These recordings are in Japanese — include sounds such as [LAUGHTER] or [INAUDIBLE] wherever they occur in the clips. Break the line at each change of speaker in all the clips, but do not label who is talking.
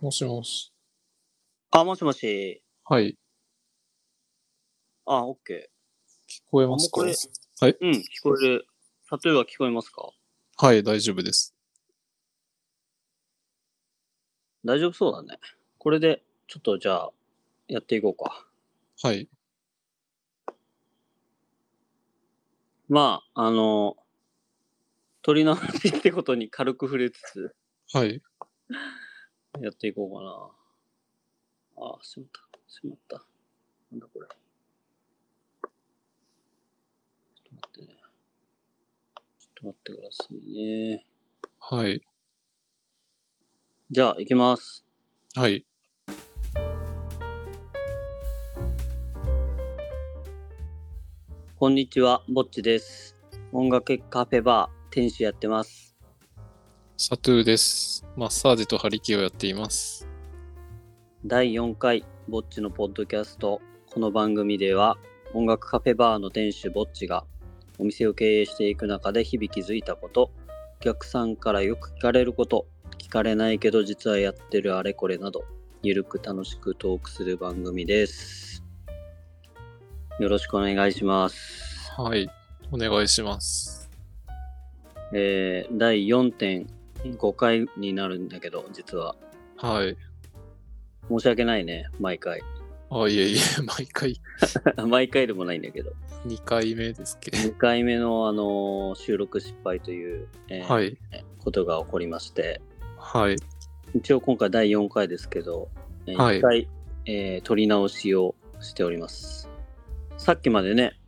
もしもし。
あ、もしもし。
はい。
あ、オッケ
聞こえ
ー。あ、
ま
もう
すか
これ、
はい。
うん、聞こえる。例えば聞こえますか
はい、大丈夫です。
大丈夫そうだね。これで、ちょっとじゃあ、やっていこうか。
はい。
まあ、あの、鳥の話ってことに軽く触れつつ、 [LAUGHS]
はい。
やっていこうかな。あ、しまった。しまった。なんだこれ。ちょっと待ってね。ちょっと待ってくださいね。
はい。
じゃあ、行きます。
はい。
こんにちは、ぼっちです。音楽カフェバー、店主やってます。
サトゥーです。マッサージと張り気をやっています。
第4回、ぼっちのポッドキャスト。この番組では、音楽カフェバーの店主ぼっちが、お店を経営していく中で日々気づいたこと、お客さんからよく聞かれること、聞かれないけど実はやってるあれこれなど、ゆるく楽しくトークする番組です。よろしくお願いします。
はい。お願いします。
えー第4.5回になるんだけど、実は。
はい。
申し訳ないね、毎回。 [LAUGHS]
あ、いえいえ、 [LAUGHS] 毎回
毎回でもないんだけど。
2回目ですけ
2回目の、あのー収録失敗という、え
ど。
ー
はい。
ことが起こりまして、
はい。
一応今回第4回ですけど、え
はい
1回、えー撮り直しをしております。さっきまでね、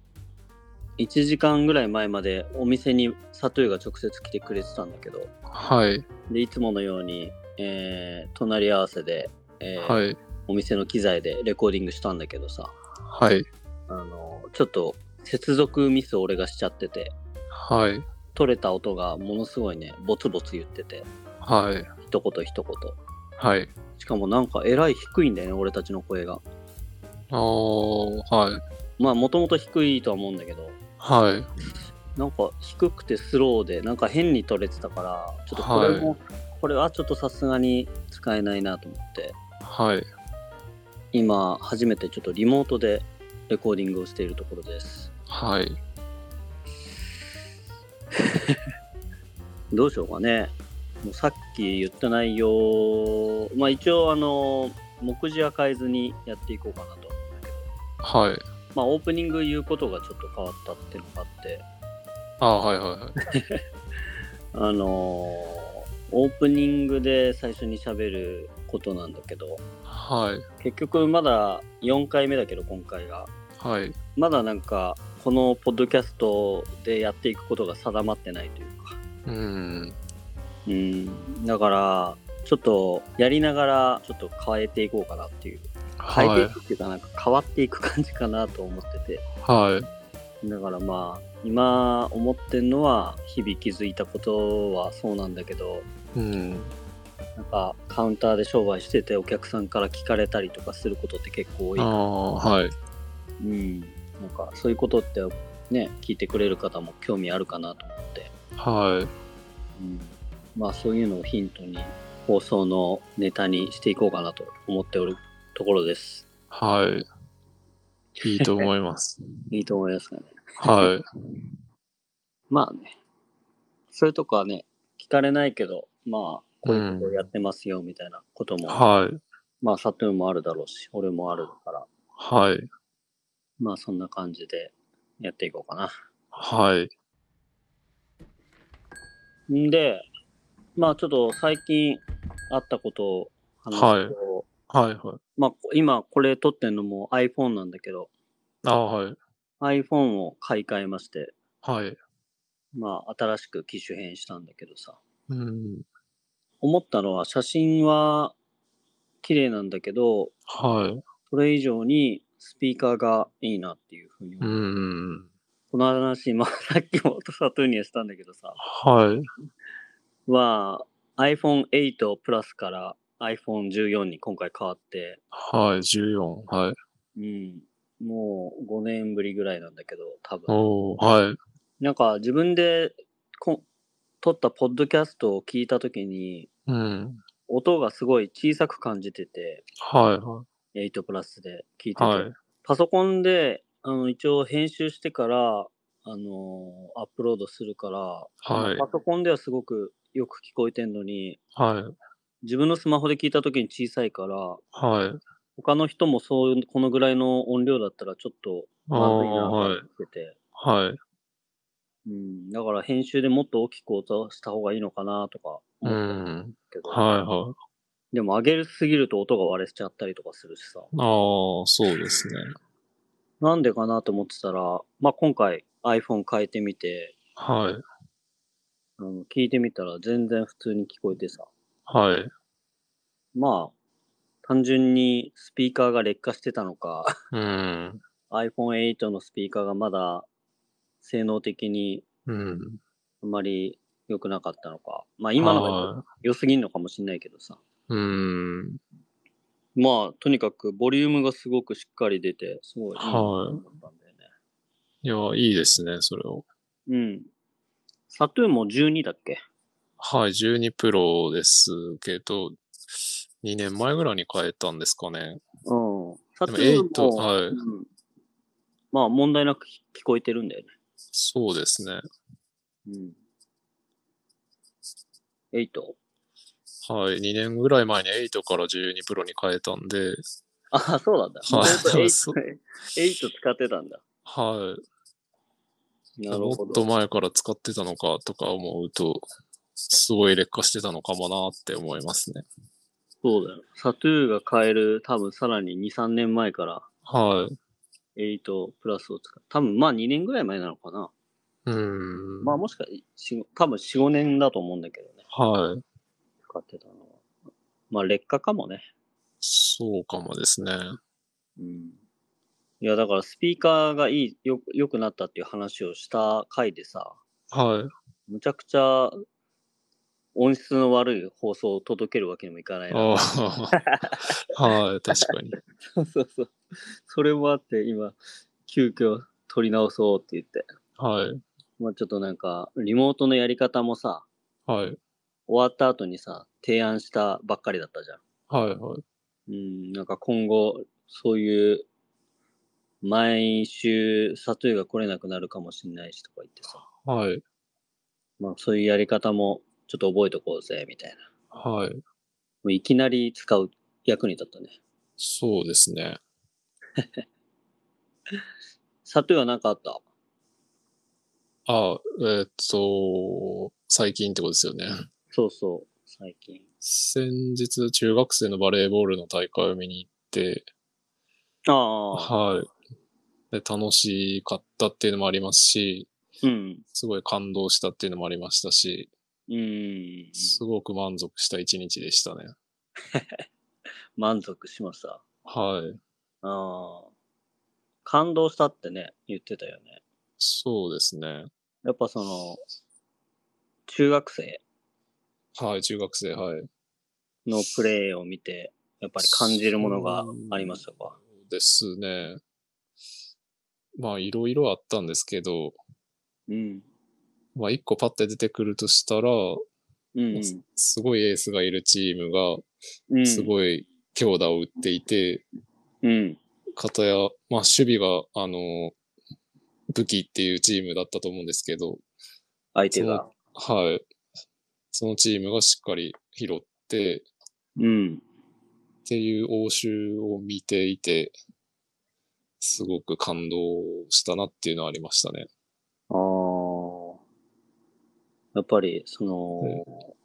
1時間ぐらい前までお店にサトゥーが直接来てくれてたんだけど、
はい。
でいつものように、えー隣り合わせで、えー
はい。
お店の機材でレコーディングしたんだけどさ、
はい。
あのちょっと接続ミスを俺がしちゃってて
はい。
取れた音がものすごいねボツボツ言ってて
はい。
一言一言
はい。
しかもなんかえらい低いんだよね俺たちの声が
あー、はい。
まあもともと低いとは思うんだけど
はい。
なんか低くてスローでなんか変に取れてたからちょっとこれも、これはちょっとさすがに使えないなと思って
はい。
今初めてちょっとリモートでレコーディングをしているところです
はい。
どうしようかね。もうさっき言った内容、まあ一応あの、目次は変えずにやっていこうかなと。
はい。
まあオープニング言うことがちょっと変わったっていうのがあって、
あー、はい。はい。はい。
あのーオープニングで最初に喋ることなんだけど、
はい。
結局まだ4回目だけど今回が、
はい。
まだなんかこのポッドキャストでやっていくことが定まってないというか、
うーん。
うん、だからちょっとやりながらちょっと変えていこうかなっていう変えてい
は
くっていうか、なんか変わっていく感じかなと思ってて、
い。はい。
だからまあ、今思ってんのは、日々気づいたことはそうなんだけど、
うん。
なんかカウンターで商売してて、お客さんから聞かれたりとかすることって結構多い
あ
か
あ、はい。
ら、うん、なんかそういうことってね、聞いてくれる方も興味あるかなと思って、
はい。
うん、まあそういうのをヒントに放送のネタにしていこうかなと思っておるところです。
はい。いいと思い
[LAUGHS]
ます。
いいと思いますかね。
は
まあね、それとかね、聞かれないけど、まあ、こういうことをやってますよみたいなこと
い。
も、
はい。
まあ、サトゥーンもあるだろうし、俺もあるから、
はい。
まあ、そんな感じでやっていこうかな。
はい。
んで、まあ、ちょっと最近あったことを話すと、
はいはい。はい。
まあ、今これ撮ってんのも iPhone なんだけど、
ああ、はい。
iPhone を買い替えまして、
はい。
まあ、新しく機種変したんだけどさ、
うん。
思ったのは写真は綺麗なんだけど、
はい。
それ以上にスピーカーがいいなっていうふうに
う
思う、
ん。
この話、まあ、 [LAUGHS] さっきもサトゥーニアしたんだけどさ、
はい。
は iPhone8 プラスから iPhone14 に今回変わって、
はい。14。はい。
うん、もう5年ぶりぐらいなんだけど、多分。
おー。はい。
なんか自分でこ撮ったポッドキャストを聞いたときに、
うん。
音がすごい小さく感じてて、
はいは
8プラスで聞いて
い。
て、
はい。
パソコンであの一応編集してから、あのアップロードするから、
はい
パソコンではすごくよく聞こえてんのに、
はい。
自分のスマホで聞いた時に小さいから、
はい。
他の人もそういうこのぐらいの音量だったらちょっと
あ
まずいな
あ、
と
は
思
い。
ってて、
はい。
うん、だから編集でもっと大きく音した方がいいのかなとか
う
思った
ん。
けど、
はいはい。
でも上げすぎると音が割れちゃったりとかするしさ、
ああ、そうですね。
なんでかなと思ってたら、まあ、今回 iPhone 変えてみて、
はい。
あの聞いてみたら全然普通に聞こえてさ、
はい。
まあ、単純にスピーカーが劣化してたのか、 [LAUGHS]
うん。
iPhone8 のスピーカーがまだ性能的に
うん。
あまり良くなかったのか。まあ今のが
は
良すぎんのかもしれないけどさ。
いうん。
まあとにかくボリュームがすごくしっかり出て、すごいいいなと思ったんだよね。
いや、いいですね、それを。
うん。サトゥーンも12だっけ
はい、12プロですけど、2年前ぐらいに変えたんですかね。
うん。サ
で
ト
も
ゥーン
8、
も、
は
う
い、
ん、まあ問題なく聞こえてるんだよね。
そうですね。
うん。8?
はい、2年ぐらい前に8から12プロに変えたんで、
ああ、そうなんだ。
はい
8,
そう
8使ってたんだ。
は、
ないる
も
ほど。
っと前から使ってたのかとか思うと、すごい劣化してたのかもなって思いますね。
そうだよ。サトゥーが買える、多分さらに2、3年前から
はい。
8プラスを使う。多分まあ2年ぐらい前なのかな。
うん。
まあもしか、し多分4、5年だと思うんだけどね。
はい。
使ってたのは。まあ劣化かもね。
そうかもですね。
うん。いやだからスピーカーがいい、よ、良くなったっていう話をした回でさ、
はい。
むちゃくちゃ音質の悪い放送を届けるわけにもいかないな。
ああ [LAUGHS] はい、確かに。
[LAUGHS] そうそうそう。それもあって今、急遽撮り直そうって言って。
はい。
まあちょっとなんか、リモートのやり方もさ、
はい。
終わった後にさ、提案したばっかりだったじゃん。
はい。はい。
うん、なんか今後、そういう、毎週、サトゥーが来れなくなるかもしれないしとか言ってさ、
はい。
まあそういうやり方もちょっと覚えとこうぜ、みたいな。
はい。
もういきなり使う役に立ったね。
そうですね。
サトゥーはなんかあった
あ、えーっと、最近ってことですよね。
そうそう、最近。
先日、中学生のバレーボールの大会を見に行って、
ああ、
はい。で、楽しかったっていうのもありますし、
うん。
すごい感動したっていうのもありましたし、
うん。
すごく満足した一日でしたね。
満足しました。
はい。
ああ。感動したってね、言ってたよね。
そうですね。
やっぱその、中学生
はい、中学生、はい。
のプレーを見て、やっぱり感じるものがありましたか。
ですね。まあ、いろいろあったんですけど、
うん。
まあ、一個パッて出てくるとしたら、
うん。
すごいエースがいるチームが、
うん。
す
い。
ごい強打を打っていて、
うん。
片や、まあ、守備が、あの、武器っていうチームだったと思うんですけど、
相手が。
はい。そのチームがしっかり拾って、
うん。
っていう応酬を見ていて、すごく感動したなっていうのはありましたね。
ああ。やっぱり、その、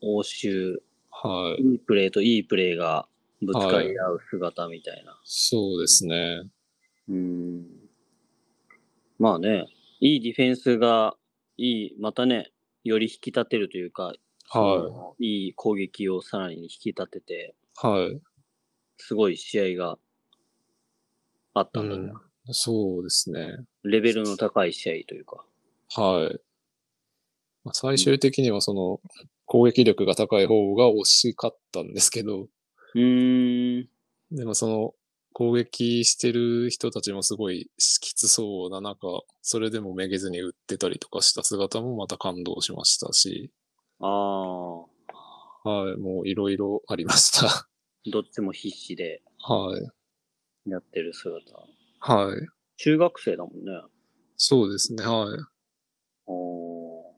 欧州、
はい。
いいプレーといいプレーがぶつかり合う姿みたいな。
そうですね。
うん。まあね、いいディフェンスが、いい、またね、より引き立てるというか、。
はい
いい攻撃をさらに引き立てて、
い。はい。
すごい試合があった
うん
だ
ん
な。。
そうですね。
レベルの高い試合というか。
はい。まあ最終的にはその攻撃力が高い方が惜しかったんですけど、
うーん。
でもその攻撃してる人たちもすごいきつそうな中、それでもめげずに打ってたりとかした姿もまた感動しましたし、
ああ。
はい、もういろいろありました。 [LAUGHS]
どっちも必死で
はい。
やってる姿。
はい。
中学生だもんね。
そうですね、はい。
お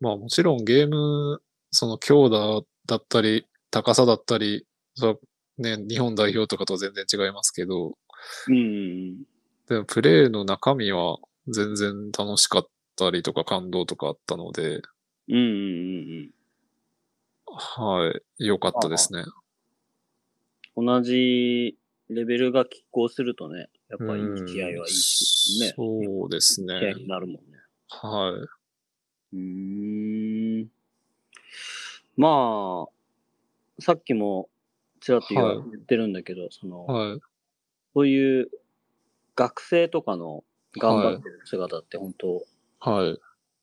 まあもちろんゲーム、その強打だったり、高さだったり、それはね、日本代表とかとは全然違いますけど、
ーうん。
でもプレイの中身は全然楽しかったりとか感動とかあったので、
うんうんうん
はい、良かったですね。
うん。同じレベルが拮抗するとね、やっぱり
うん
試合はいいし、ね。
そうです
試合
ね。
になるもんね。
はい。
うーん。まあ、さっきもちらっと言わ
はい
言ってるんだけど、その、
はい。
そういう学生とかの頑張ってる姿って本当、
はい。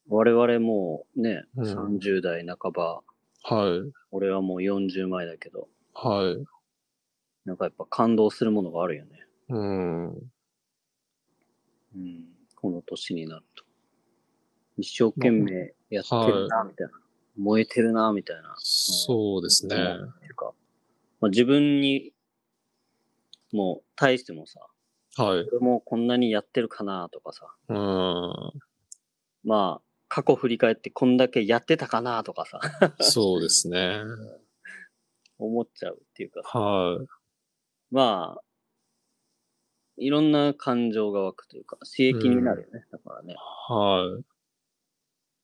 我々もうね、
うん
30代半ば、
はい。
俺はもう40前だけど、
はい。
なんかやっぱ感動するものがあるよね。
うん。
うん、この年になると。一生懸命やってるな、みたいな。燃えてるな、みたいな。
そうですね。
なんていうかまあ、自分に、もう、対してもさ、
はい。
俺もこんなにやってるかな、とかさ。
うん。
まあ、過去振り返ってこんだけやってたかな、とかさ、 [LAUGHS]
そうですね。
思っちゃうっていうか。
はい。
まあ、いろんな感情が湧くというか、刺激になるよね。だからね。
は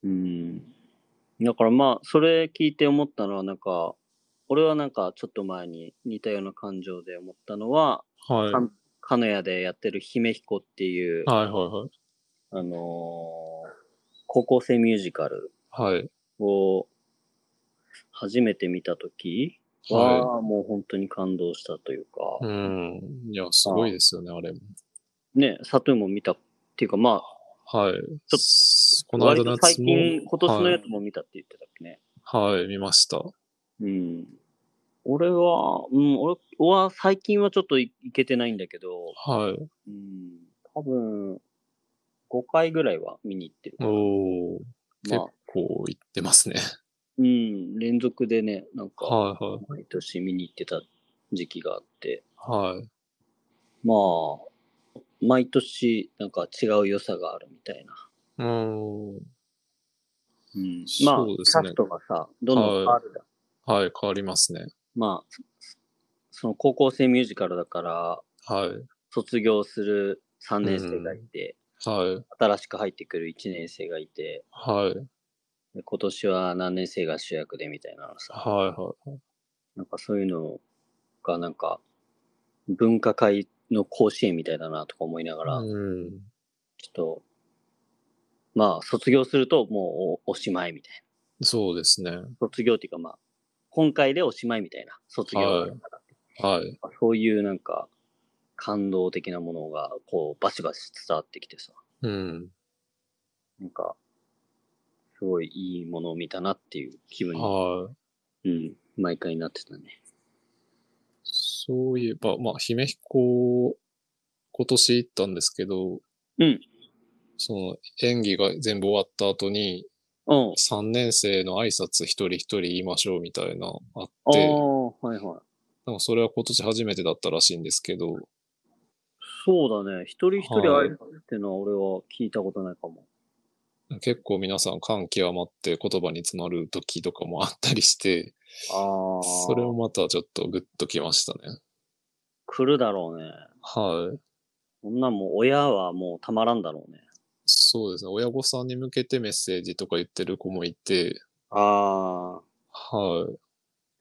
い。
うん。だからまあ、それ聞いて思ったのは、なんか、俺はなんかちょっと前に似たような感情で思ったのは、
はい。はい
か鹿屋でやってる姫彦っていう、
はいはい。
あのー高校生ミュージカル
はい。
を初めて見たとき
は
は、もう本当に感動したというか、
い。うん。いや、すごいですよね、あれも。
ね、サトゥーも見たっていうか、まあ、
はい。
と
この間のや
割と最
つも。
近、今年のや
つ
つも見たって言ってたっけね。
はい。はい、見ました。
うん。俺は、うん、俺俺は最近はちょっといいけてないんだけど、
はい。
うん、多分、5回ぐらいは見に行ってるかな。
おー。
ま
結
あ、
構行ってますね。
うん、連続でね、なんか、
[LAUGHS] はいはい。
毎年見に行ってた時期があって、
はい。
まあ、毎年、なんか違う良さがあるみたいな。
うーん。
うん、まあ、
そうで
キ
すね
ャストがさ、どんどん変わるだ。
はい、変わりますね。
まあ、そその高校生ミュージカルだから、
はい。
卒業する3年生がいて、
はい。
新しく入ってくる1年生がいて、
はい。
で今年は何年生が主役でみたいなのさ、
はいは
なんかそういうのがなんか、文化会の甲子園みたいだなとか思いながら、
い。うん。
ちょっと、まあ卒業するともうおおしまいみたい
そうですね。
な。卒業っていうかまあ、今回でおしまいみたいな、卒業
はい
だから
はい。
そういうなんか、感動的なものがこうバシバシ伝わってきてさ、
うん。
なんか、すごいいいものを見たなっていう気分に
はい。
うん、毎回なってたね。
そういえば、まあ、姫彦、今年行ったんですけど、
うん。
その演技が全部終わった後に、
うん。
3年生の挨拶一人一人言いましょうみたいな、あっ
あ
て、
あ、はいはい。
なんかそれは今年初めてだったらしいんですけど、
そうだね。一人一人
はい
会えるってのは俺は聞いたことないかも。
結構皆さん感極まって言葉に詰まる時とかもあったりして、
ああ。
それもまたちょっとグッときましたね。
来るだろうね。
はい。
そんなもう親はもうたまらんだろうね。
そうですね。親御さんに向けてメッセージとか言ってる子もいて、
ああ。
はい。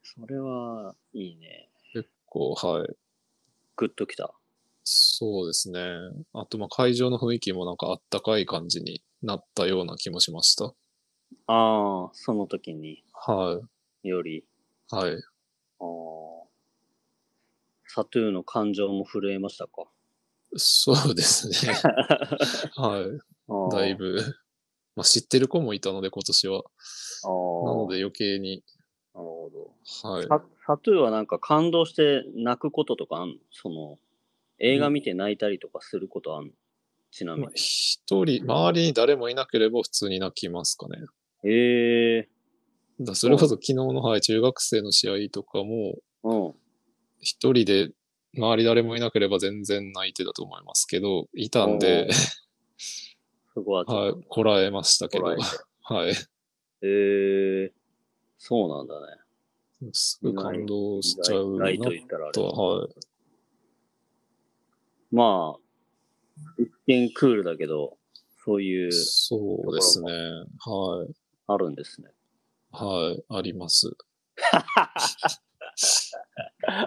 それはいいね。
結構、はい。
グッときた。
そうですね。あと、まあ、会場の雰囲気もなんかあったかい感じになったような気もしました。
ああ、その時に
は
より、
い。はい。
ああ。サトゥーの感情も震えましたか。
そうです
[LAUGHS]
ね。はい。
あー
だい。ぶ。まあ、知ってる子もいたので、今年は。
あ
な
あ。
ので余計に。
なるほど。
はい。
ササトゥーはなんか感動して泣くこととかあんのその、映画見て泣いたりとかすることあんのちなみ
ま
に
あ。一人、周りに誰もいなければ普通に泣きますかね。
へえ
だからそれこそ昨日の、はい、中学生の試合とかも、
うん。
一人で周り誰もいなければ全然泣いてたと思いますけど、いたんで、
そこはち
は
ょ
い
っと、
こらえましたけど、
こら
は
えて
い。
へえー、そうなんだね。
すぐ感動しちゃうな
ライと言ったらあ
と
れ。
は、はい。
まあ、一見クールだけど、そういう、
そうですね。はい。
あるんですね。
はい。あります。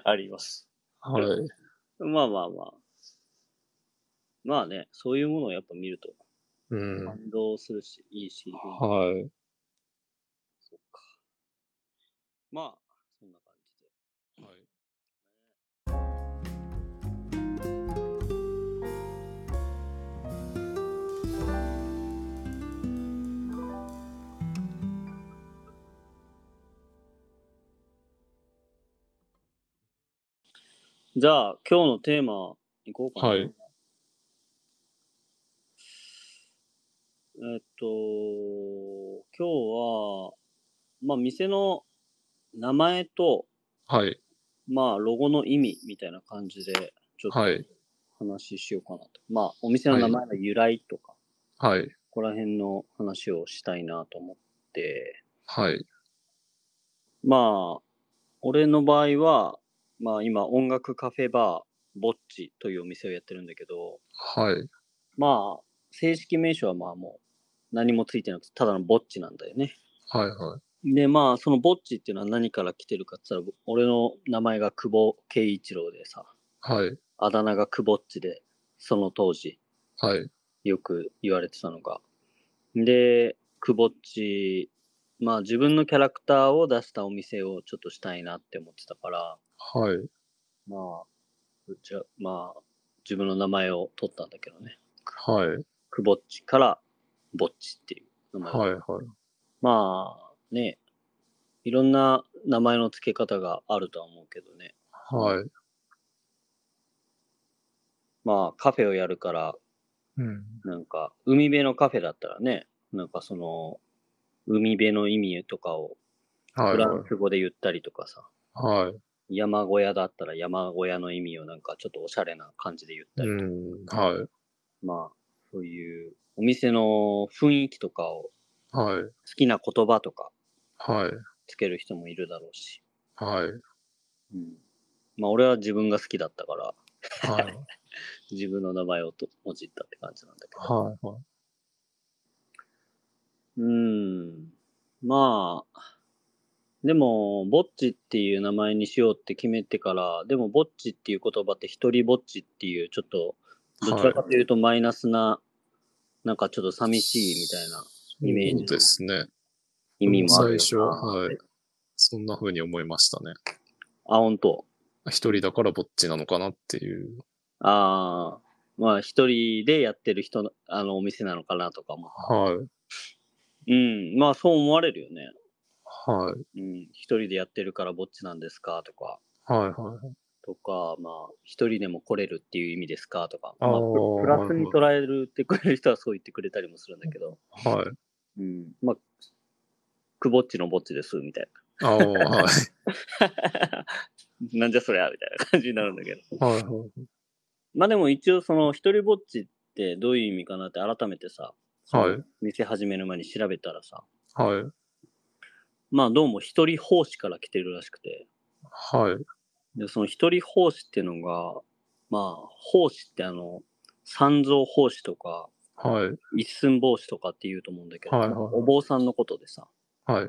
あります。
はい。
まあまあまあ。まあね、そういうものをやっぱ見ると
うん。
感動するし、いいし、
はい。
そうか。まあ、そんな感じで。
はい
じゃあ、今日のテーマ、いこうかな。
はい
えっと、今日は、まあ、店の名前と、
はい。
まあ、ロゴの意味みたいな感じで、ちょっと
はい。
話ししようかなと。まあ、お店の名前の由来とか、
はい。
ここら辺の話をしたいなと思って、
はい。
まあ、俺の場合は、まあ、今、音楽カフェバー、ぼっちというお店をやってるんだけど、
はい。
まあ、正式名称はまあもう何もついてなくて、ただのぼっちなんだよね。
はい。はい。
で、まあ、そのぼっちっていうのは何から来てるかって言ったら、俺の名前が久保圭一郎でさ、
はい。
あだ名が久保っちで、その当時
はい。
よく言われてたのが。で、久保っち、まあ自分のキャラクターを出したお店をちょっとしたいなって思ってたから、
はい。
まあ、うちは、まあ、自分の名前を取ったんだけどね。
はい。
久保っちからぼっちっていう名前を
はい。はい。
まあね、いろんな名前の付け方があるとは思うけどね。
はい。
まあカフェをやるから、
うん。
なんか海辺のカフェだったらね、なんかその海辺の意味とかを
はい。
フラ
は
ンス語で言ったりとかさ、
い。はい。
山小屋だったら山小屋の意味をなんかちょっとおしゃれな感じで言ったり、
うん。はい。
まあそういうお店の雰囲気とかを
はい。
好きな言葉とか
はい。
つける人もいるだろうし、
はい。
うん、まあ俺は自分が好きだったから、
はい。
自分の名前をともじったって感じなんだけど。
はい。は。
うーん。まあ、でも、ぼっちっていう名前にしようって決めてから、でも、ぼっちっていう言葉って、一人ぼっちっていう、ちょっと、どちらかというとマイナスな、なんかちょっと寂しいみたいない [LAUGHS] イメージの
そうですね。
意味もあるよな。
最初、はい。そんな風に思いましたね。
あ、本当
一人だからぼっちなのかなっていう。
ああ、まあ、一人でやってる人の、あの、お店なのかなとかも。
はい。
うん。まあ、そう思われるよね。
はい。
うん。一人でやってるからぼっちなんですかとか。
はい。はい。
とか、まあ、一人でも来れるっていう意味ですかとか、
あー
まあ、プラスに捉えるってくれる人はそう言ってくれたりもするんだけど、
はい。
うん、まあ、くぼっちのぼっちです、みたい
ああ、はい。
な。 [LAUGHS] なんじゃそりゃ、みたいな感じになるんだけど。
はい。
まあでも一応、その、一人ぼっちってどういう意味かなって改めてさ、
はい。
店始める前に調べたらさ、
はい。
まあどうも一人奉仕から来てるらしくて、
はい。
でその一人奉仕っていうのが、まあ、奉仕ってあの、三蔵奉仕とか、
はい。
一寸法師とかって言うと思うんだけど、
はいはいはい
お坊さんのことでさ。
はい。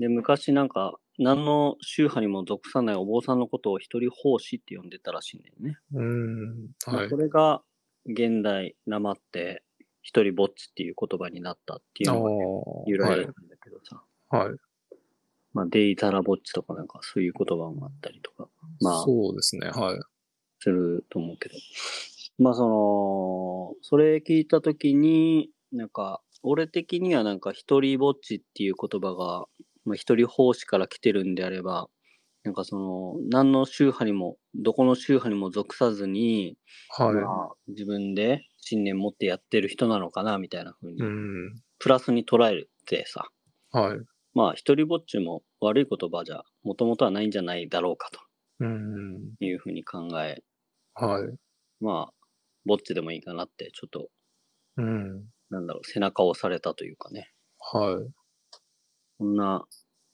で、昔なんか、何の宗派にも属さないお坊さんのことを一人法師って呼んでたらしいんだよね。
うーん。
ま
は
あ
い
こ。れが現代なまって、一人ぼっちっていう言葉になったっていう
ああ
のが由
ー。
来
は
だっ
い。
たんだけどさ。
はい。
まあ、デイタラぼっちとかなんかそういう言葉もあったりとか、まあ、
そうですね。はい。
すると思うけど。まあ、その、それ聞いたときに、なんか、俺的にはなんか、一人ぼっちっていう言葉が、まあ、一人奉仕から来てるんであれば、なんかその、何の宗派にも、どこの宗派にも属さずに、
は
まあ、自分で信念持ってやってる人なのかな、みたいな風に、
い。うん。
プラスに捉えるってさ、
はい。
まあ、一人ぼっちも悪い言葉じゃ、もともとはないんじゃないだろうか
うん。
というふうに考え、
はい。
まあ、ぼっちでもいいかなって、ちょっと、
うん。
なんだろう、背中を押されたというかね。
は
こんな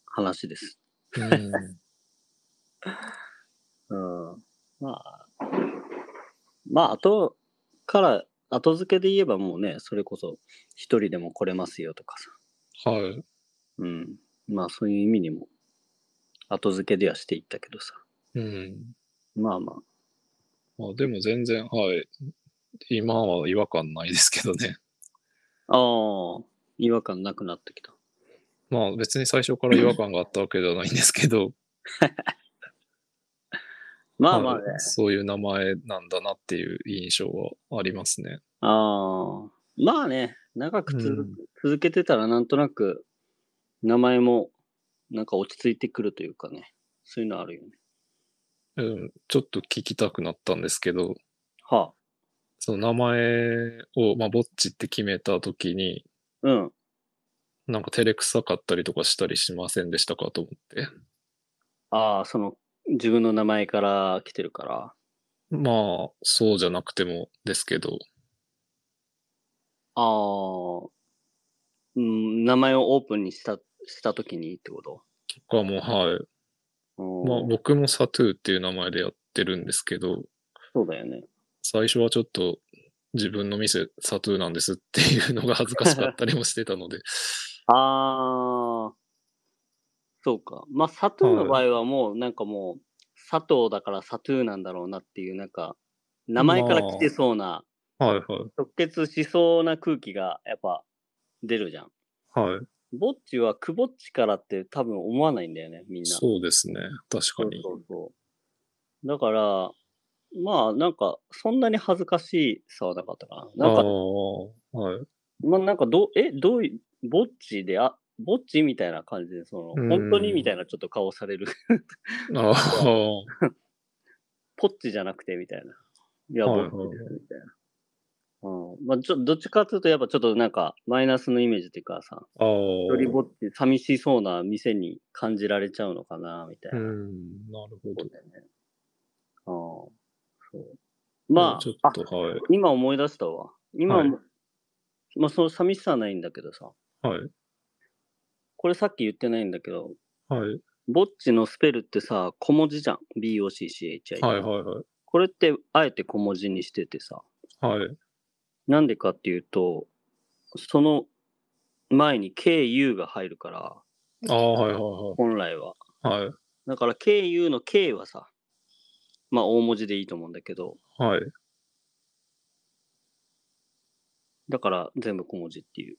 話です。
い。うん。
うん。まあ、まあ、後から、後付けで言えばもうね、それこそ、一人でも来れますよとかさ。
はい。
うん。まあ、そういう意味にも、後付けではしていったけどさ。
うん。
まあまあ、
まあでも全然、はい。今は違和感ないですけどね。 [LAUGHS]
ああ、違和感なくなってきた。
まあ別に最初から違和感があったわけではないんですけど、
まあまあね。
はいそういう名前なんだなっていう印象はありますね。
ああ、まあね、長くつづ
うん
続けてたらなんとなく、名前もなんか落ち着いてくるというかね、そういうのあるよね。
うん、ちょっと聞きたくなったんですけど、
は
その名前を、まあ、ぼっちって決めた時に、
あ、うん。
なんか照れくさかったりとかしたりしませんでしたかと思って。
ああ、その、自分の名前から来てるから。
まあ、そうじゃなくてもですけど、
ああ、うん、名前をオープンにした、したときにってこと
僕はもう、はい。
うん
まあ、僕もサトゥーっていう名前でやってるんですけど、
そうだよね。
最初はちょっと自分の店サトゥーなんですっていうのが恥ずかしかったりもしてた
[LAUGHS]
ので、
ああ、そうか。まあ、サトゥーの場合はもう、なんかもう、佐藤だからサトゥーなんだろうなっていう、なんか、名前から来てそうな、
はい
直結しそうな空気が、やっぱ、出るじゃん。
はい。はい。
ぼっちは、くぼっちからって多分思わないんだよね、みんな。
[LAUGHS] そうですね。確か
そう
に。
そうそう。だから、まあ、なんか、そんなに恥ずかしさはなかったかな。なん
あ
か、
あ、はい。
[LAUGHS] まあ、なんかどう、え、どういぼっちで、あ、ぼっちみたいな感じで、そ
うん
の、本当にみたいなちょっと顔される。 [LAUGHS]
ああ。
ポッチじゃなくて、みたいな。いや、
は
ぼ
いは
っ
い
ちです、みたいな。うん。まあ、ちょ、どっちかというと、やっぱちょっとなんか、マイナスのイメージっていうかさ、
ああ。
よりぼっち、寂しそうな店に感じられちゃうのかな、みたいうな。
ん、なるほ
そう
ど。
だよね。ああ、そう。まあ、
ちょ
あ
っと、はい。
今思い出したわ。今、
はい
まあその寂しさはないんだけどさ、
はい。
これさっき言ってないんだけど、
はい。
ぼっちのスペルってさ、小文字じゃん。BOCCHI。
はい、はい、はい。
これってあえて小文字にしててさ、
はい。
なんでかっていうと、その前に KU が入るから、
ああ、はい、は
本来は。
い、はい。
だから KU の K はさ、まあ大文字でいいと思うんだけど、
はい。はい。
だから全部小文字っていう。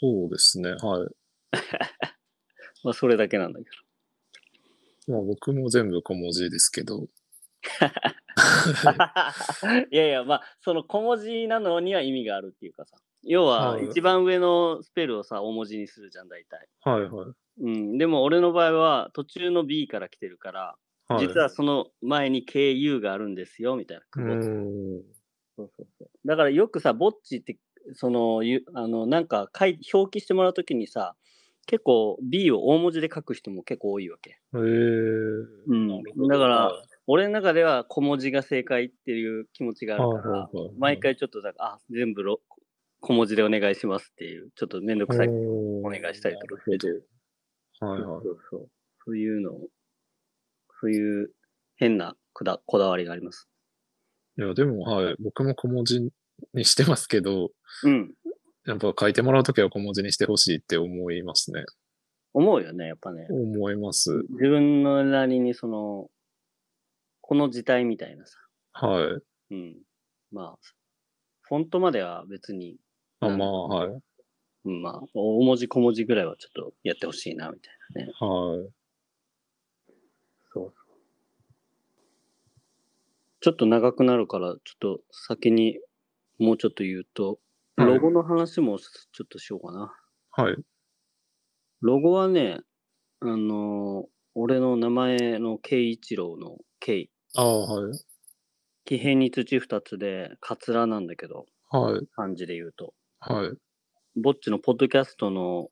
そうですね。はい。
まあそれだけなんだけ
まあ、僕も全部小文字ですけ
[LAUGHS]
ど。
ど。 [LAUGHS] いやいや、まあその小文字なのには意味があるっていうかさ、要は
はい
一番上のスペルをさ、大文字にするじゃん、大体。
はい、はい。
うん、でも俺の場合は途中の B から来てるから、
はい。
実はその前に KU があるんですよみたいな。
うーん。
そうそうそうだからよくさ、ぼっちって、その、ゆあのなんか書い表記してもらうときにさ、結構 B を大文字で書く人も結構多いわけ。
ええ
うん
なるほど
だから
はい
俺の中では小文字が正解っていう気持ちがあるから、
はいはいはい
毎回ちょっとなんか、あ、全部ろ小文字でお願いしますっていう、ちょっとめんどくさい。
お
お願いしたりとかしてる。
なるほどはい、
そうそう。そういうのを、そういう変なこだこだわりがあります。
はい。いや、でも、はい。僕も小文字にしてますけど、
うん。
やっぱ書いてもらうときは小文字にしてほしいって思いますね。
思うよね、やっぱね。
思います。
自分のなりにその、この字体みたいなさ。
はい。
うん。まあ、フォントまでは別に、
あ
うん
まあ、はい。
うんまあ、大文字小文字ぐらいはちょっとやってほしいな、みたいなね。
はい。
そうちょっと長くなるから、ちょっと先にもうちょっと言うと、
はい
ロゴの話もちょっとしようかな。
はい。
ロゴはね、あのー俺の名前の慶一郎の慶。
ああ、はい。
木偏に土二つで、カツラなんだけど、
はい。
漢字で言うと。
はい。
ぼっちのポッドキャストの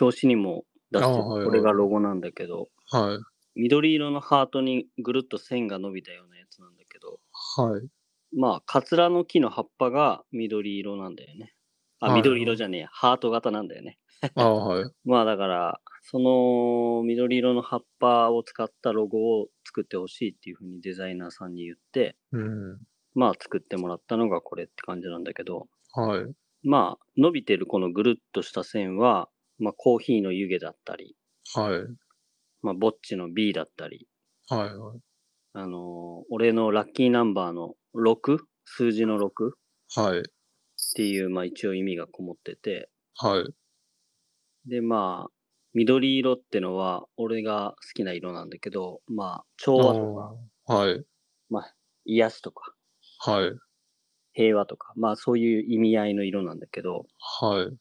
表紙にも出して
あ
る、
はいはい
これがロゴなんだけど、
はい。
緑色のハートにぐるっと線が伸びたようなやつなんだけど、
はい。
まあ、カツラの木の葉っぱが緑色なんだよね。あ、
はい
緑色じゃねえや、ハート型なんだよね。
ああ、はい。
まあだから、その緑色の葉っぱを使ったロゴを作ってほしいっていうふうにデザイナーさんに言って、
うん。
まあ作ってもらったのがこれって感じなんだけど、
はい。
まあ伸びてるこのぐるっとした線は、まあコーヒーの湯気だったり、
はい。
まあぼっちの B だったり、
はい。はい。
あのー俺のラッキーナンバーの 6? 数字の 6? っ
はい。
ていう、まあ一応意味がこもってて、
はい。
で、まあ、緑色ってのは、俺が好きな色なんだけど、まあ、調和とか、
はい。
まあ、癒しとか、
はい。
平和とか、まあ、そういう意味合いの色なんだけど、
はい。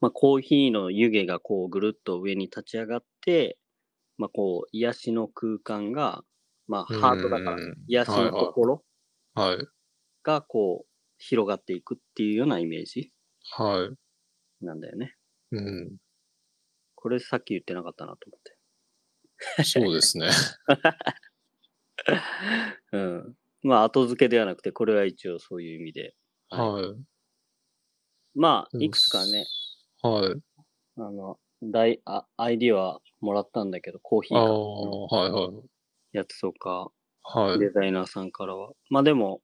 まあ、コーヒーの湯気がこう、ぐるっと上に立ち上がって、まあ、こう、癒しの空間が、まあ、ハートだから
うん、
癒しの心
はい。
がこう、広がっていくっていうようなイメージ
はい。
なんだよね。 [LAUGHS]
うん。
これさっき言ってなかったなと思って。
そうですね。
うん。まあ、後付けではなくて、これは一応そういう意味で。
は
まあ、
い。
いくつかね、。
はい。
あの、だいあアイディアはもらったんだけど、コーヒー
ああ、
の
はい。はい。
やつとか、
はい。
デザイナーさんからは。まあでも、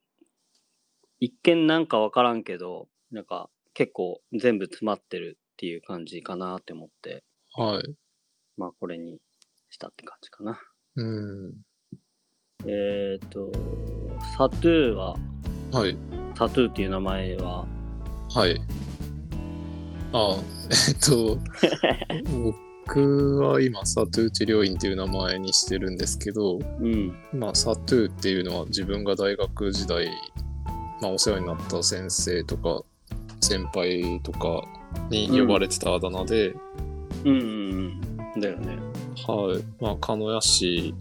一見なんかわからんけど、なんか結構全部詰まってるっていう感じかなって思って、
はい。
まあこれにしたって感じかな。
うん。
えっ、と、サトゥーは、
はい。
サトゥーっていう名前は、
はい。ああ、 [LAUGHS] えっ
[LAUGHS]
と、僕は今、サトゥー治療院っていう名前にしてるんですけど、
うん、
まあ、サトゥーっていうのは自分が大学時代、まあ、お世話になった先生とか、先輩とかに呼ばれてたあだ名で、
うんうんうん、だよね。
はい。まあ、鹿屋市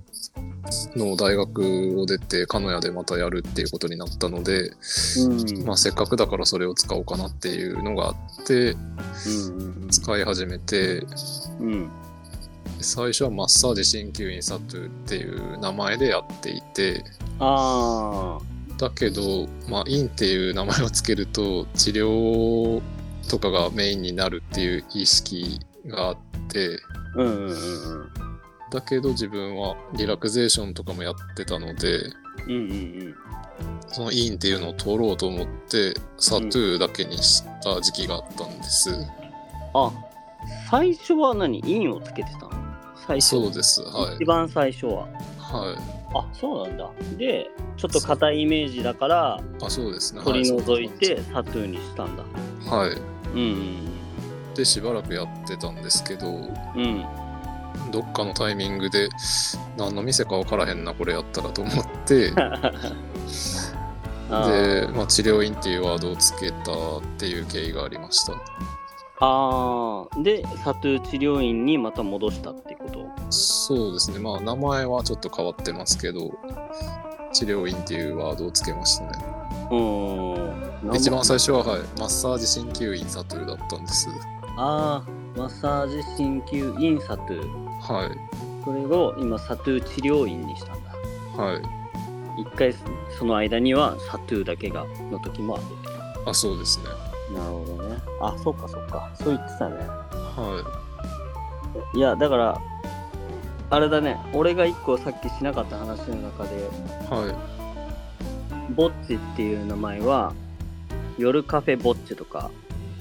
の大学を出て、鹿屋でまたやるっていうことになったので、
うん、
まあ、せっかくだからそれを使おうかなっていうのがあって、
うんうん
使い始めて、
うん、うん、
最初はマッサージ鍼灸院サトゥーっていう名前でやっていて
ああ、
だけど、まあ、院っていう名前をつけると治療とかがメインになるっていう意識があって
うんうんうんうん。
だけど自分はリラクゼーションとかもやってたので
うんうん
その院っていうのを取ろうと思ってサトゥーだけにした時期があったんです、
うん。あ、最初は何インをつけてたの最初。
そうですは
一
い
番最初は。
はい
あ、そうなんだ。で、ちょっと硬いイメージだから
あそうですね
取り除い
は
てサトゥーにしたんだ。
そうなんです
うん
はいでしばらくやってたんですけど
うんうん。
どっかのタイミングで何の店か分からへんなこれやったらと思ってで、
あー
まあ、治療院っていうワードをつけたっていう経緯がありました
あーでサトゥー治療院にまた戻したってこと
そうですねまあ名前はちょっと変わってますけど治療院っていうワードをつけましたね
うーん
一番最初は、はい、マッサージ鍼灸院サトゥーだったんです
ああマッサージ鍼灸院サトゥー
はい
それを今サトゥー治療院にしたんだ
はい
一回その間にはサトゥーだけがの時もある
あそうですね
なるほどねあそうかそうかそう言ってたね
はい
やだからあれだね俺が一個さっきしなかった話の中で
いは
ぼっちっていう名前は夜カフェぼっちとか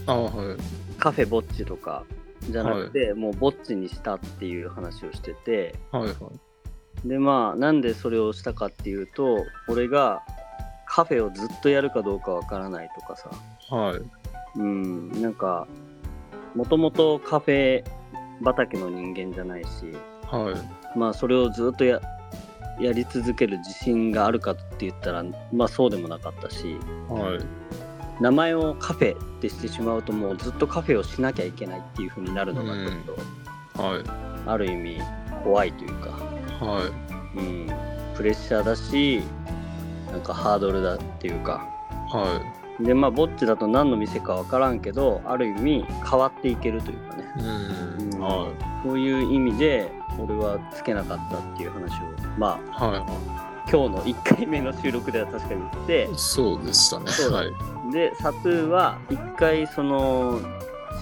いあはい
カフェぼっちとかじゃなくて、もうぼっちにしたっていう話をしてて
はいはい
でまあなんでそれをしたかっていうと俺がカフェをずっとやるかどうかわからないとかさ
はい
うん、なんか、もともとカフェ畑の人間じゃないし、
はい
まあ、それをずっとややり続ける自信があるかって言ったら、まあ、そうでもなかったし、
はい
名前をカフェってしてしまうと、もうずっとカフェをしなきゃいけないっていう風になるのが、
うん
ちょっと、
はい
ある意味、怖いというか、
はい
うん、プレッシャーだし、なんかハードルだっていうか、
はい
で、まあ、ぼっちだと何の店かわからんけど、ある意味、変わっていけるというかね。
うんは
そういう意味で俺はつけなかったっていう話をま
い。は
あ今日の1回目の収録では確かに言って
い。そうでしたね。
そう
はい。
でサトゥーは1回その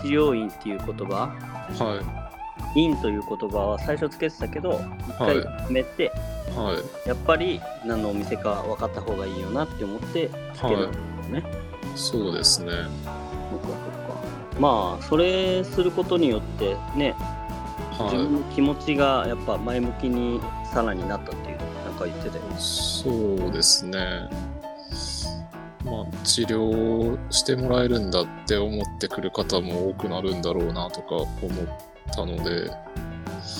治療院っていう言葉
は
院という言葉は最初つけてたけど1回
は
やめて、
い。はい。
やっぱり何のお店か分かった方がいいよなって思ってつけるんですね、
そうですね。
僕はそっかまあそれすることによってね自分
は
の気持ちがやっぱ前向きにさらになったっていうなんか言ってたよね
い。そうですね。まあ、治療してもらえるんだって思ってくる方も多くなるんだろうなとか思ったので、
う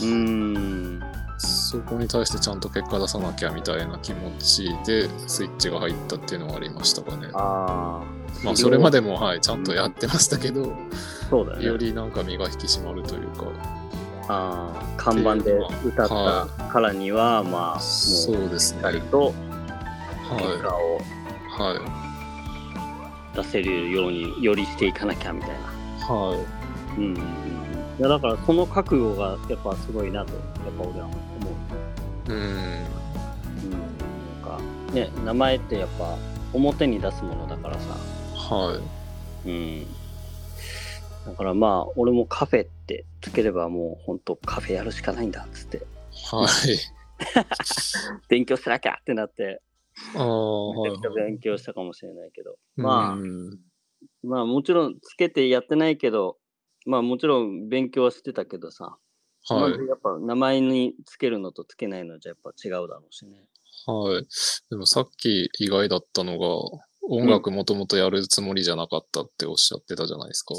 ーん
そこに対してちゃんと結果出さなきゃみたいな気持ちでスイッチが入ったっていうのはありましたかね。
ああ
まあ、それま
で
でも、はい、ちゃんとやってましたけど、
そうだよね
よりなんか身が引き締まるというか、
あー看板で歌ったからには、まあもうし
そうです
っ
ね。
か
はい
り。と結果を
は
出せるようによりしていかなきゃみたいな、
い。はい。
うんうんうん、いやだからその覚悟がやっぱすごいなとやっぱ俺は思
うん。
う、うん、なんかね名前ってやっぱ表に出すものだからさ、
はい。
うん、だからまあ俺もカフェってつければもうほんとカフェやるしかないんだっつって
はい。
勉強しなきゃってなって
ああ、はい
めちゃくちゃ。勉強したかもしれないけど、まあ
うん
まあもちろんつけてやってないけど、まあもちろん勉強はしてたけどさ、
はい
まず。やっぱ名前につけるのとつけないのじゃやっぱ違うだろうしね。
はい。でもさっき意外だったのが、音楽もともとやるつもりじゃなかったっておっしゃってたじゃないですか。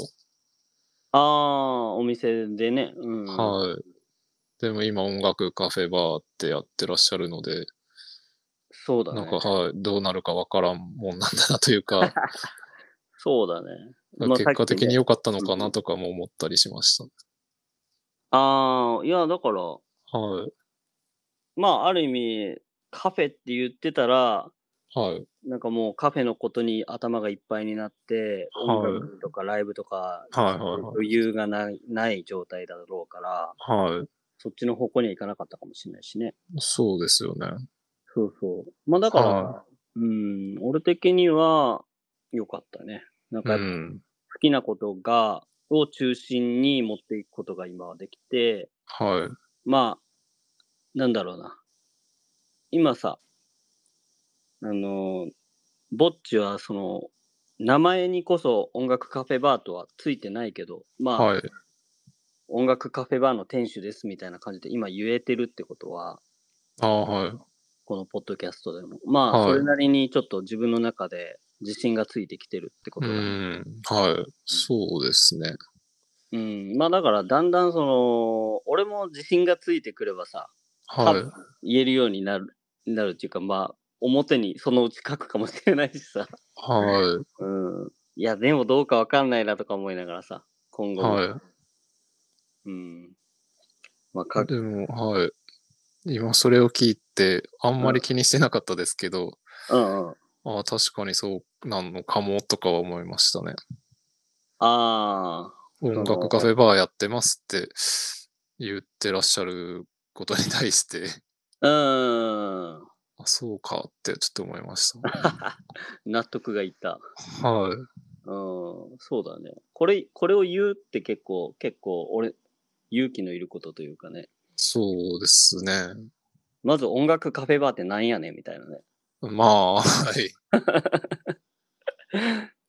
ああ、お店でね。うん。
はい。でも今音楽カフェバーってやってらっしゃるので、
そうだ
なん
ね
か。はい、どうなるかわからんもんなんだなという
[LAUGHS]
か、
そうだね。まあ
結果的に
さっきね
良かったのかなとかも思ったりしました。
ああ、いや、だから、
はい。
まあある意味、カフェって言ってたら、
はい。
なんかもうカフェのことに頭がいっぱいになって、
はい
音楽とかライブとか、
はいはいはい
余裕がないない状態だろうから、
はい。
そっちの方向には行かなかったかもしれないしね。
そうですよね。
そうそう。まあだから、
は
うん、俺的には良かったね。なん
う
かやっぱ
ん。
好きなことが、を中心に持っていくことが今はできて、
はい。
まあ、なんだろうな。今さ、あの、ぼっちはその、名前にこそ音楽カフェバーとはついてないけど、まあ、
はい。
音楽カフェバーの店主ですみたいな感じで今言えてるってことは、
ああ、はい。
このポッドキャストでも。まあ、
はい
それなりにちょっと自分の中で自信がついてきてるってこと
う
だ、
ん。はい。そうですね。
うん。まあ、だから、だんだんその、俺も自信がついてくればさ、
は
多分言えるようになる、なるっていうか、まあ、表にそのうち書くかもしれないし
[LAUGHS]
さ。
い。は
うん。いや、でもどうかわかんないなとか思いながらさ、今
い。
後も。
はい。
うん。まあ、書く。
でも、はい。今それを聞いて、あんまり気にしてなかったですけど、
うんうん。
ああ、確かにそうなんのかもとかは思いましたね。
あ
音楽カフェバーやってますって言ってらっしゃることに対して、 [LAUGHS]
あ。うん。
あそうかってちょっと思いまし
納得がいった。
た。はい。
うん、そうだね。これ、これを言うって結構、結構、俺、勇気のいることというかね。
そうですね。
まず音楽カフェバーってなんやねんみたいなね。
まあ、はい。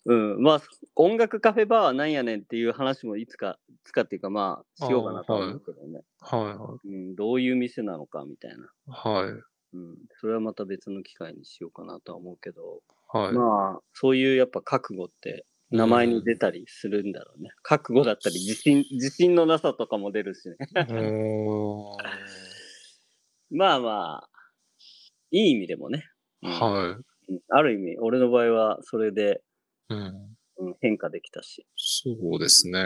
うん。まあ、音楽カフェバーはなんやねんっていう話もいつか、いつかっていうかまあ、しようかなとは思うけどね。
は
うん。どういう店なのかみたいな。
いはい。はい。
うん。それはまた別の機会にしようかなとは思うけど。
はい。
まあ、そういうやっぱ覚悟って名前に出たりするんだろうね。覚悟だったり、自信、自信のなさとかも出るしね。 [LAUGHS]
う
まあまあ、いい意味でもね。
ーんはい。
うんある意味、俺の場合はそれで、
うん。
うん、変化できたし。
そうですね。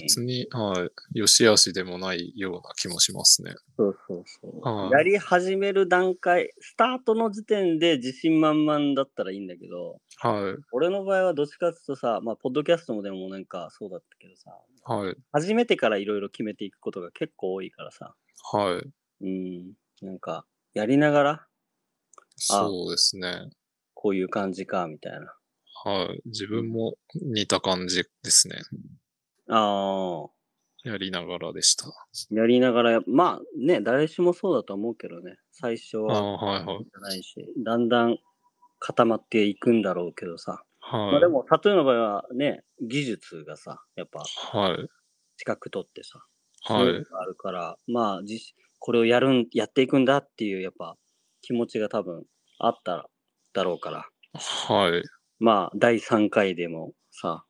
別に、はい。良し悪しでもないような気もしますね。
そうそうそう。
はい
やり始める段階、スタートの時点で自信満々だったらいいんだけど、
はい。
俺の場合はどっちかっていうとさ、まあ、ポッドキャストもでもなんかそうだったけどさ、
はい。
初めてからいろいろ決めていくことが結構多いからさ、
はい。
うん、なんか、やりながら、
そうですね。
こういう感じか、みたいな。
はい。自分も似た感じですね。
ああ、
やりながらでした。
やりながら、まあね、誰しもそうだと思うけどね、最初
あ
は
あ、はいはい。
じゃないし、だんだん固まっていくんだろうけどさ、ま
は
あで
い。
も、タトゥーの場合はね、技術がさ、やっぱ
はい。
資格取ってさ、そう
はい
いう。のがあるから、まあ、実これをやるん、やっていくんだっていう、やっぱ、気持ちが多分あっただろうから、
はい。
まあ、第3回でもさ、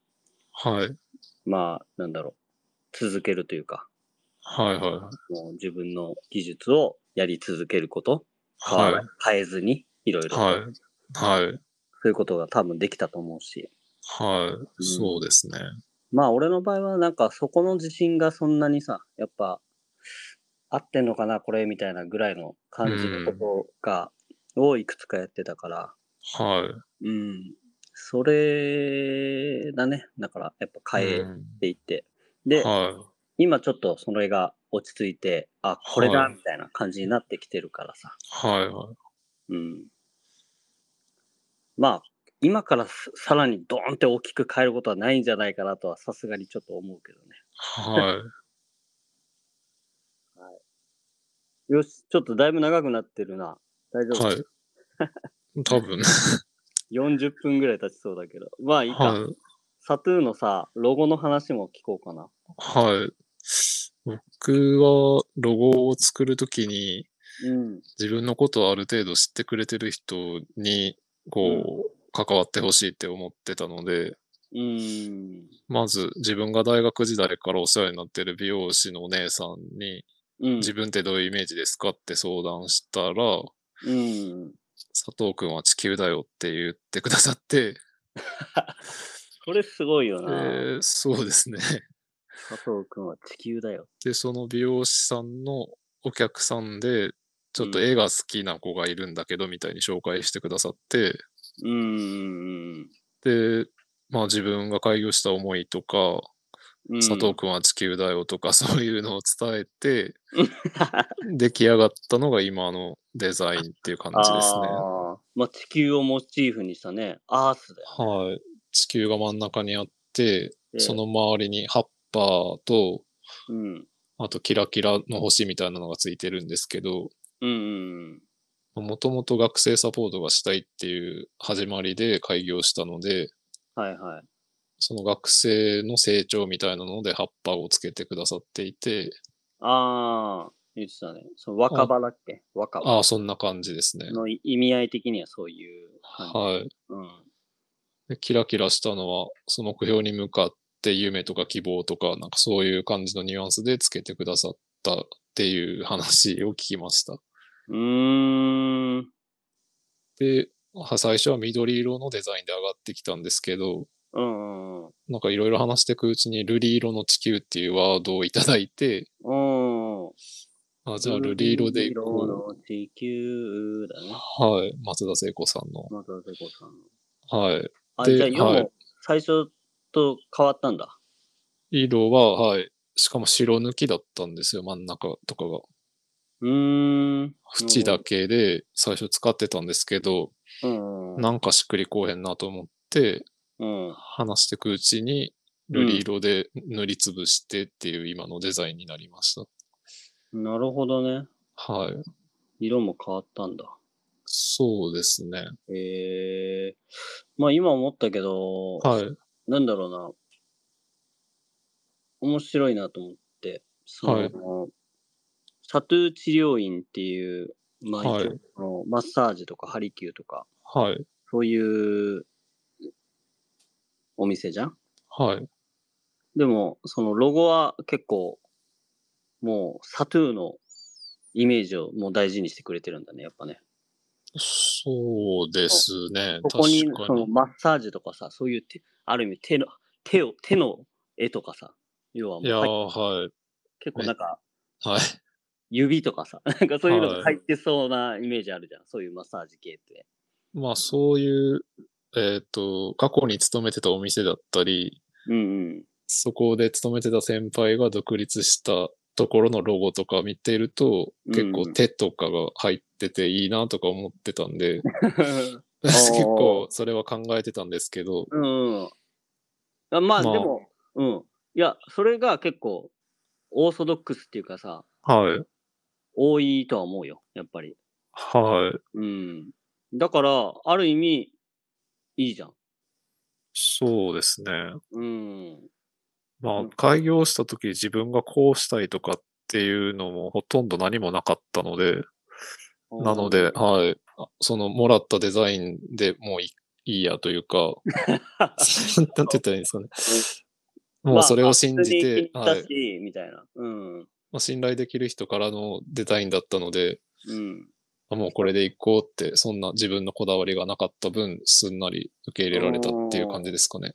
はい。
まあ、なんだろう、続けるというか、
はいは
もう自分の技術をやり続けること、
い。はい。
変えずに、いろいろ、
はい。はい。
そういうことが多分できたと思うし、
はい。そうですね。
まあ、俺の場合は、なんか、そこの自信がそんなにさ、やっぱ、合ってんのかな、これ、みたいなぐらいの感じのことが、をいくつかやってたから、
は
うん。それだね。だから、やっぱ
い。
変え
うん
ていって。で、
は
今ちょっとそれが落ち着いて、あ、これだ、
はい
みたいな感じになってきてるからさ。
い。はいはい。
うん。まあ、今からささらにドーンって大きく変えることはないんじゃないかなとは、さすがにちょっと思うけどね。
[LAUGHS] はい。
よし、ちょっとだいぶ長くなってるな。大丈夫、
はい。多分。
?40 分ぐらい経ちそうだけど。まあいいか。
はい。
サトゥーのさ、ロゴの話も聞こうかな。
はい。僕はロゴを作るときに
うん。
自分のことをある程度知ってくれてる人にこう関わってほしいって思ってたので、
うん。
まず自分が大学時代からお世話になってる美容師のお姉さんに
うん。
自分ってどういうイメージですかって相談したら、
うん。
佐藤くんは地球だよって言ってくださって、
それすごいよ
え
な。
ーそうですね。
佐藤くんは地球だよ。
で、その美容師さんのお客さんで、ちょっと絵が好きな子がいるんだけど、みたいに紹介してくださって、
うん。
で、まあ自分が開業した思いとか、
うん
佐藤くんは地球だよとか、そういうのを伝え
[LAUGHS]
て、出来上がったのが今のデザインっていう感じですね。
あーまあ、地球をモチーフにしたね。アースだよ。
はい。地球が真ん中にあって、
で
そ、の周りに葉っぱと、
うん。
あとキラキラの星みたいなのがついてるんですけど、
うんうん
もともと学生サポートがしたいっていう始まりで開業したので、
うん。はいはい。
その学生の成長みたいなので葉っぱをつけてくださっていて、
ああ、言ってたね。その若葉だっけ若葉
ああ、そんな感じですね。
のい意味合い的にはそういう感じ。
はい。
うん。
でキラキラしたのは、その目標に向かって夢とか希望とか、なんかそういう感じのニュアンスでつけてくださったっていう話を聞きました。
うーん。
で、は最初は緑色のデザインで上がってきたんですけど、
うんうん
なんかいろいろ話していくうちに、瑠璃色の地球っていうワードをいただいて、
うん。うん。
あ、じゃあ、ルリ色でいこ
う。地球だね。
う。はい。松田聖子さんの。
松田聖子さんの。
はい。
あ、
で
じゃあ、色
は
も
い
最初と変わったんだ。
色は、はい。しかも白抜きだったんですよ、真ん中とかが。
うーん。
縁だけで最初使ってたんですけど、
うん。
なんかしっくりこうへんなと思って、
うん。
話していくうちに、ルリ色で塗りつぶしてっていう今のデザインになりました。
なるほどね。
はい。
色も変わったんだ。
そうですね。
へえまあ今思ったけど、
はい。
なんだろうな。面白いなと思って。その、
はい
サトゥー治療院っていう、まあ、
はい
一応そのマッサージとかハリキューとか、
はい。
そういうお店じゃん
はい。
でも、そのロゴは結構、もうサトゥーのイメージをもう大事にしてくれてるんだね、やっぱね。
そうですね。
ここに
確か
そのマッサージとかさ、そういうてある意味手の手を手の絵とかさ要はもう
いやー、
はい
はい。
結構なんか
はい。
指とかさなんかそういうのが入ってそうなイメージあるじゃん、そういうマッサージ系って
まあ、そういう、えっ、と、過去に勤めてたお店だったり、
うんうん
そこで勤めてた先輩が独立したところのロゴとか見てると、
うん
結構手とかが入ってていいなとか思ってたんで、 [LAUGHS] 結構それは考えてたんですけど、
[LAUGHS] うんあまあ、
まあ
でもうんいやそれが結構オーソドックスっていうかさ
はい。
多いとは思うよやっぱり
はい。
うんだからある意味いいじゃん
そうですね。
うん
ま
う
あ
ん、
開業した時自分がこうしたいとかっていうのもほとんど何もなかったので、なので、
[LAUGHS]
はい。あその、もらったデザインでもういいいいやという
[LAUGHS]
か、なんて言ったらいいんですかね。もうそれを信じて、
まあまあ
は
普通に気に入
い
ったし。みたいな。うん。
まあ、信頼できる人からのデザインだったので、
うん。
あもうこれでいこうって、そんな自分のこだわりがなかった分、すんなり受け入れられたっていう感じですかね。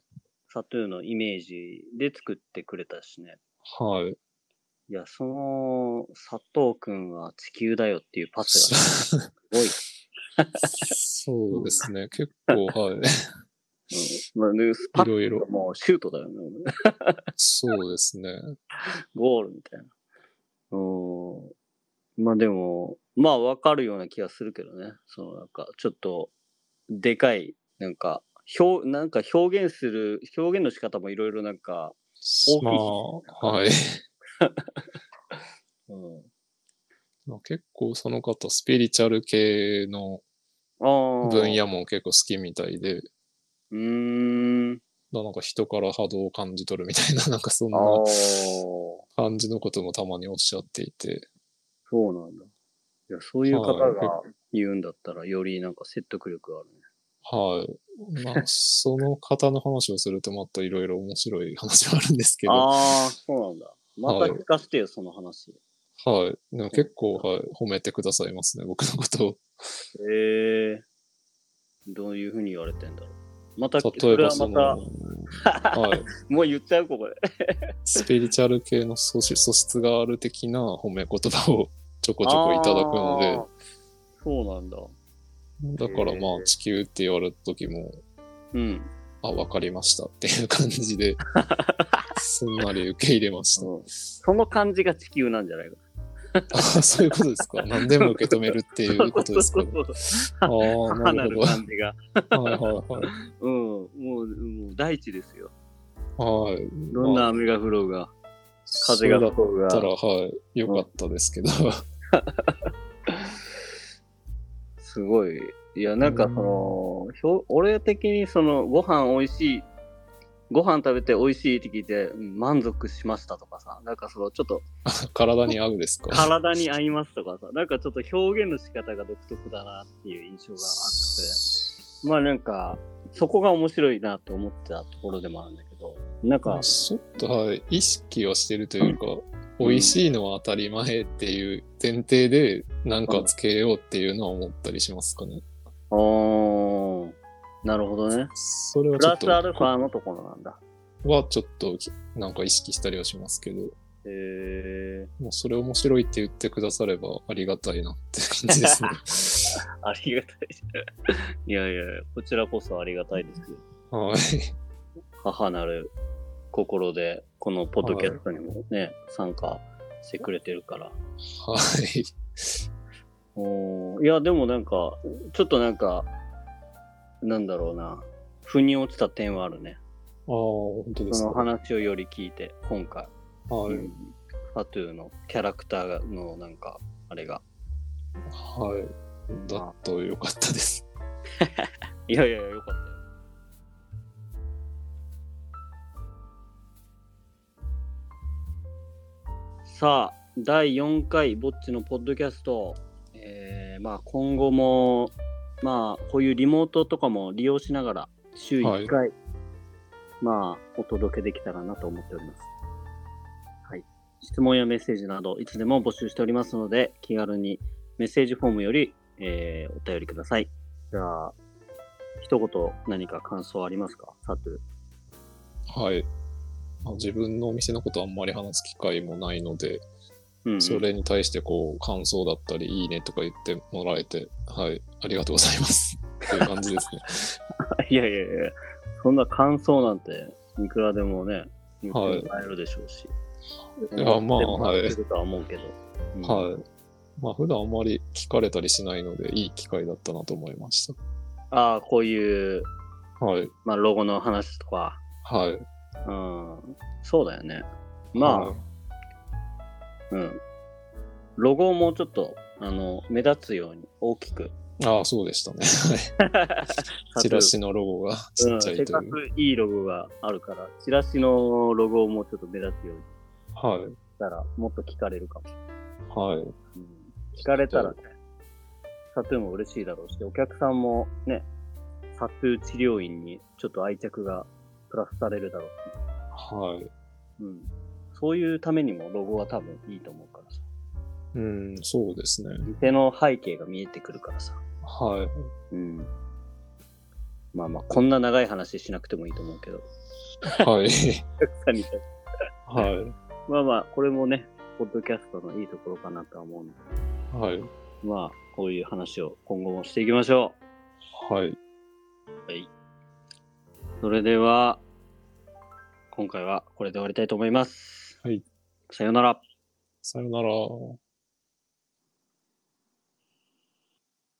サトゥーのイメージで作ってくれたしね。
はい。
いや、その、佐藤くんは地球だよっていうパスが
そ
す
[LAUGHS] そうですね。結構、はい。
ごい。うん。まあね、スパッ
いろいろ
ともうシュートだよね。 [LAUGHS]
そうですね。
ゴールみたいな。うん。まあでも、まあわかるような気がするけどね。そのなんか、ちょっと、でかい、なんか、表、なんか表現する、表現の仕方もいろいろなんか、きい
まあ、はい。
うん。
まあ結構その方、スピリチュアル系の
ああ。
分野も結構好きみたいで、
うーん。
なんか人から波動を感じ取るみたいな、 [LAUGHS] なんかそん
あ
な
あー、
感じのこともたまにおっしゃっていて、
そうなんだ。いや、そういう方
はい
が言うんだったら、よりなんか説得力があるね。
はい。まあ、その方の話をするとまたいろいろ面白い話はあるんですけど、は
ああ、そうなんだ。また聞かせてよ、その話。
い。でも結構、はい、褒めてくださいますね、僕のことを。
へえどういうふうに言われてんだろう。また、そ
例え
れ
ば
は
そ
ま
の、
た、
はい、
もう言っちゃう、ここで。
スピリチュアル系の素質素質がある的な褒め言葉をちょこちょこいただく
[LAUGHS] あー
の。
そうなんだ。
で、だからま
へ
あ、
ー
地球って言われた時も、
うん。
あ、わかりましたっていう感じ
[LAUGHS]
で、すんなり受け入れました。
その感じが地球なんじゃないか。
あそういうことですか。何でも受け止めるっていうことですか、ね。
そうそうそう
ああ、
[LAUGHS] 母
な
な
る
る
ほ
感じが。
ど。はいはいはい。
うん。もう、もう大地ですよ。
はい。
どん
まあ
な雨が降ろうが。風が
そうだ
吹
っ
こうが。
たら、はい、良かったですけど。
すごい。いや、なんかその、ひょ俺的にその、ご飯美味しい、ご飯食べて美味しいって聞いて、うん満足しましたとかさ、なんかその、ちょっと
体に合うですか
体に合いますとかさ、なんかちょっと表現の仕方が独特だなっていう印象があって、まあなんか、そこが面白いなと思ってたところでもあるんだけど、なんか、
ちょっと、はい、意識はしてるというか、
うん
美味しいのは当たり前っていう前提で、なんかつけようっていうのは思ったりしますかね。
あー、なるほどね。
それは
プ
ちょ
ラ
っと
ス、アルファのところなんだ。
はちょっと、なんか意識したりはしますけど、
へえー、
もうそれ面白いって言ってくださればありがたいなって感じですね。
[LAUGHS] ありがたい。いやいやいや、こちらこそありがたいですよ。
はい。
母なる心で、このポッドキャストにもね、参加してくれてるから。
はい。
おーいや、でもなんか、ちょっとなんか、なんだろうな、腑に落ちた点はあるね。
ああ、本当で
そ
す
の
か。
話をより聞いて、今回、
は
う
い。
んファトゥーのキャラクターのなんか、あれが。
はい。だと良かったです。
いやいやいや、よかったよ。さあ、第4回、ぼっちのポッドキャスト。えーまあ、今後も、まあ、こういうリモートとかも利用しながら、週1回、まあ、お届けできたらなと思っております。はい。質問やメッセージなど、いつでも募集しておりますので、気軽にメッセージフォームより、えーお便りください。じゃあ、一言何か感想ありますかサトゥ。
はい。まあ自分のお店のことあんまり話す機会もないので、
うんうん
それに対してこう、感想だったり、いいねとか言ってもらえて、はい、ありがとうござい
[LAUGHS]
ます。っていう感じですね。
[LAUGHS] いやいやいや、そんな感想なんて、いくらでもね、言ってもらえるでしょうし。
いやまあはい
い。とは思うけど。うん
はい。まあ、普段あんまり聞かれたりしないので、いい機会だったなと思いまし
ああ、こういう、
た。はい。
まあ、ロゴの話とか、
はい。
うん、そうだよね。まあ、うん。ロゴをもうちょっと、あの、目立つように大きく。
あ、ああ、そうでした
[LAUGHS]
ね。はいチラシのロゴがちっちゃ
うん、せ
い
っ
と
か
いう。
くいいロゴがあるから、チラシのロゴをもうちょっと目立つように
はい。
したら、もっと聞かれるかも。
はい。
うん聞かれたらね、サトゥーも嬉しいだろうし、お客さんもね、サトゥー治療院にちょっと愛着がプラスされるだろう
はい。
し、うん、そういうためにもロゴは多分いいと思うからさ、
うん、そうですね。
店の背景が見えてくるからさ、
はい。
[LAUGHS] うん、まあまあ、こんな長い話しなくてもいいと思うけど、
はい。
お客さんに対して
は
[LAUGHS] まあまあ、これもね、ポッドキャストのいいところかなとは思うんで、
い。はい。
まあ、こういう話を今後もしていきましょう。
はい。
はい。それでは、今回はこれで終わりたいと思います。
はい。
さようなら。
さよなら。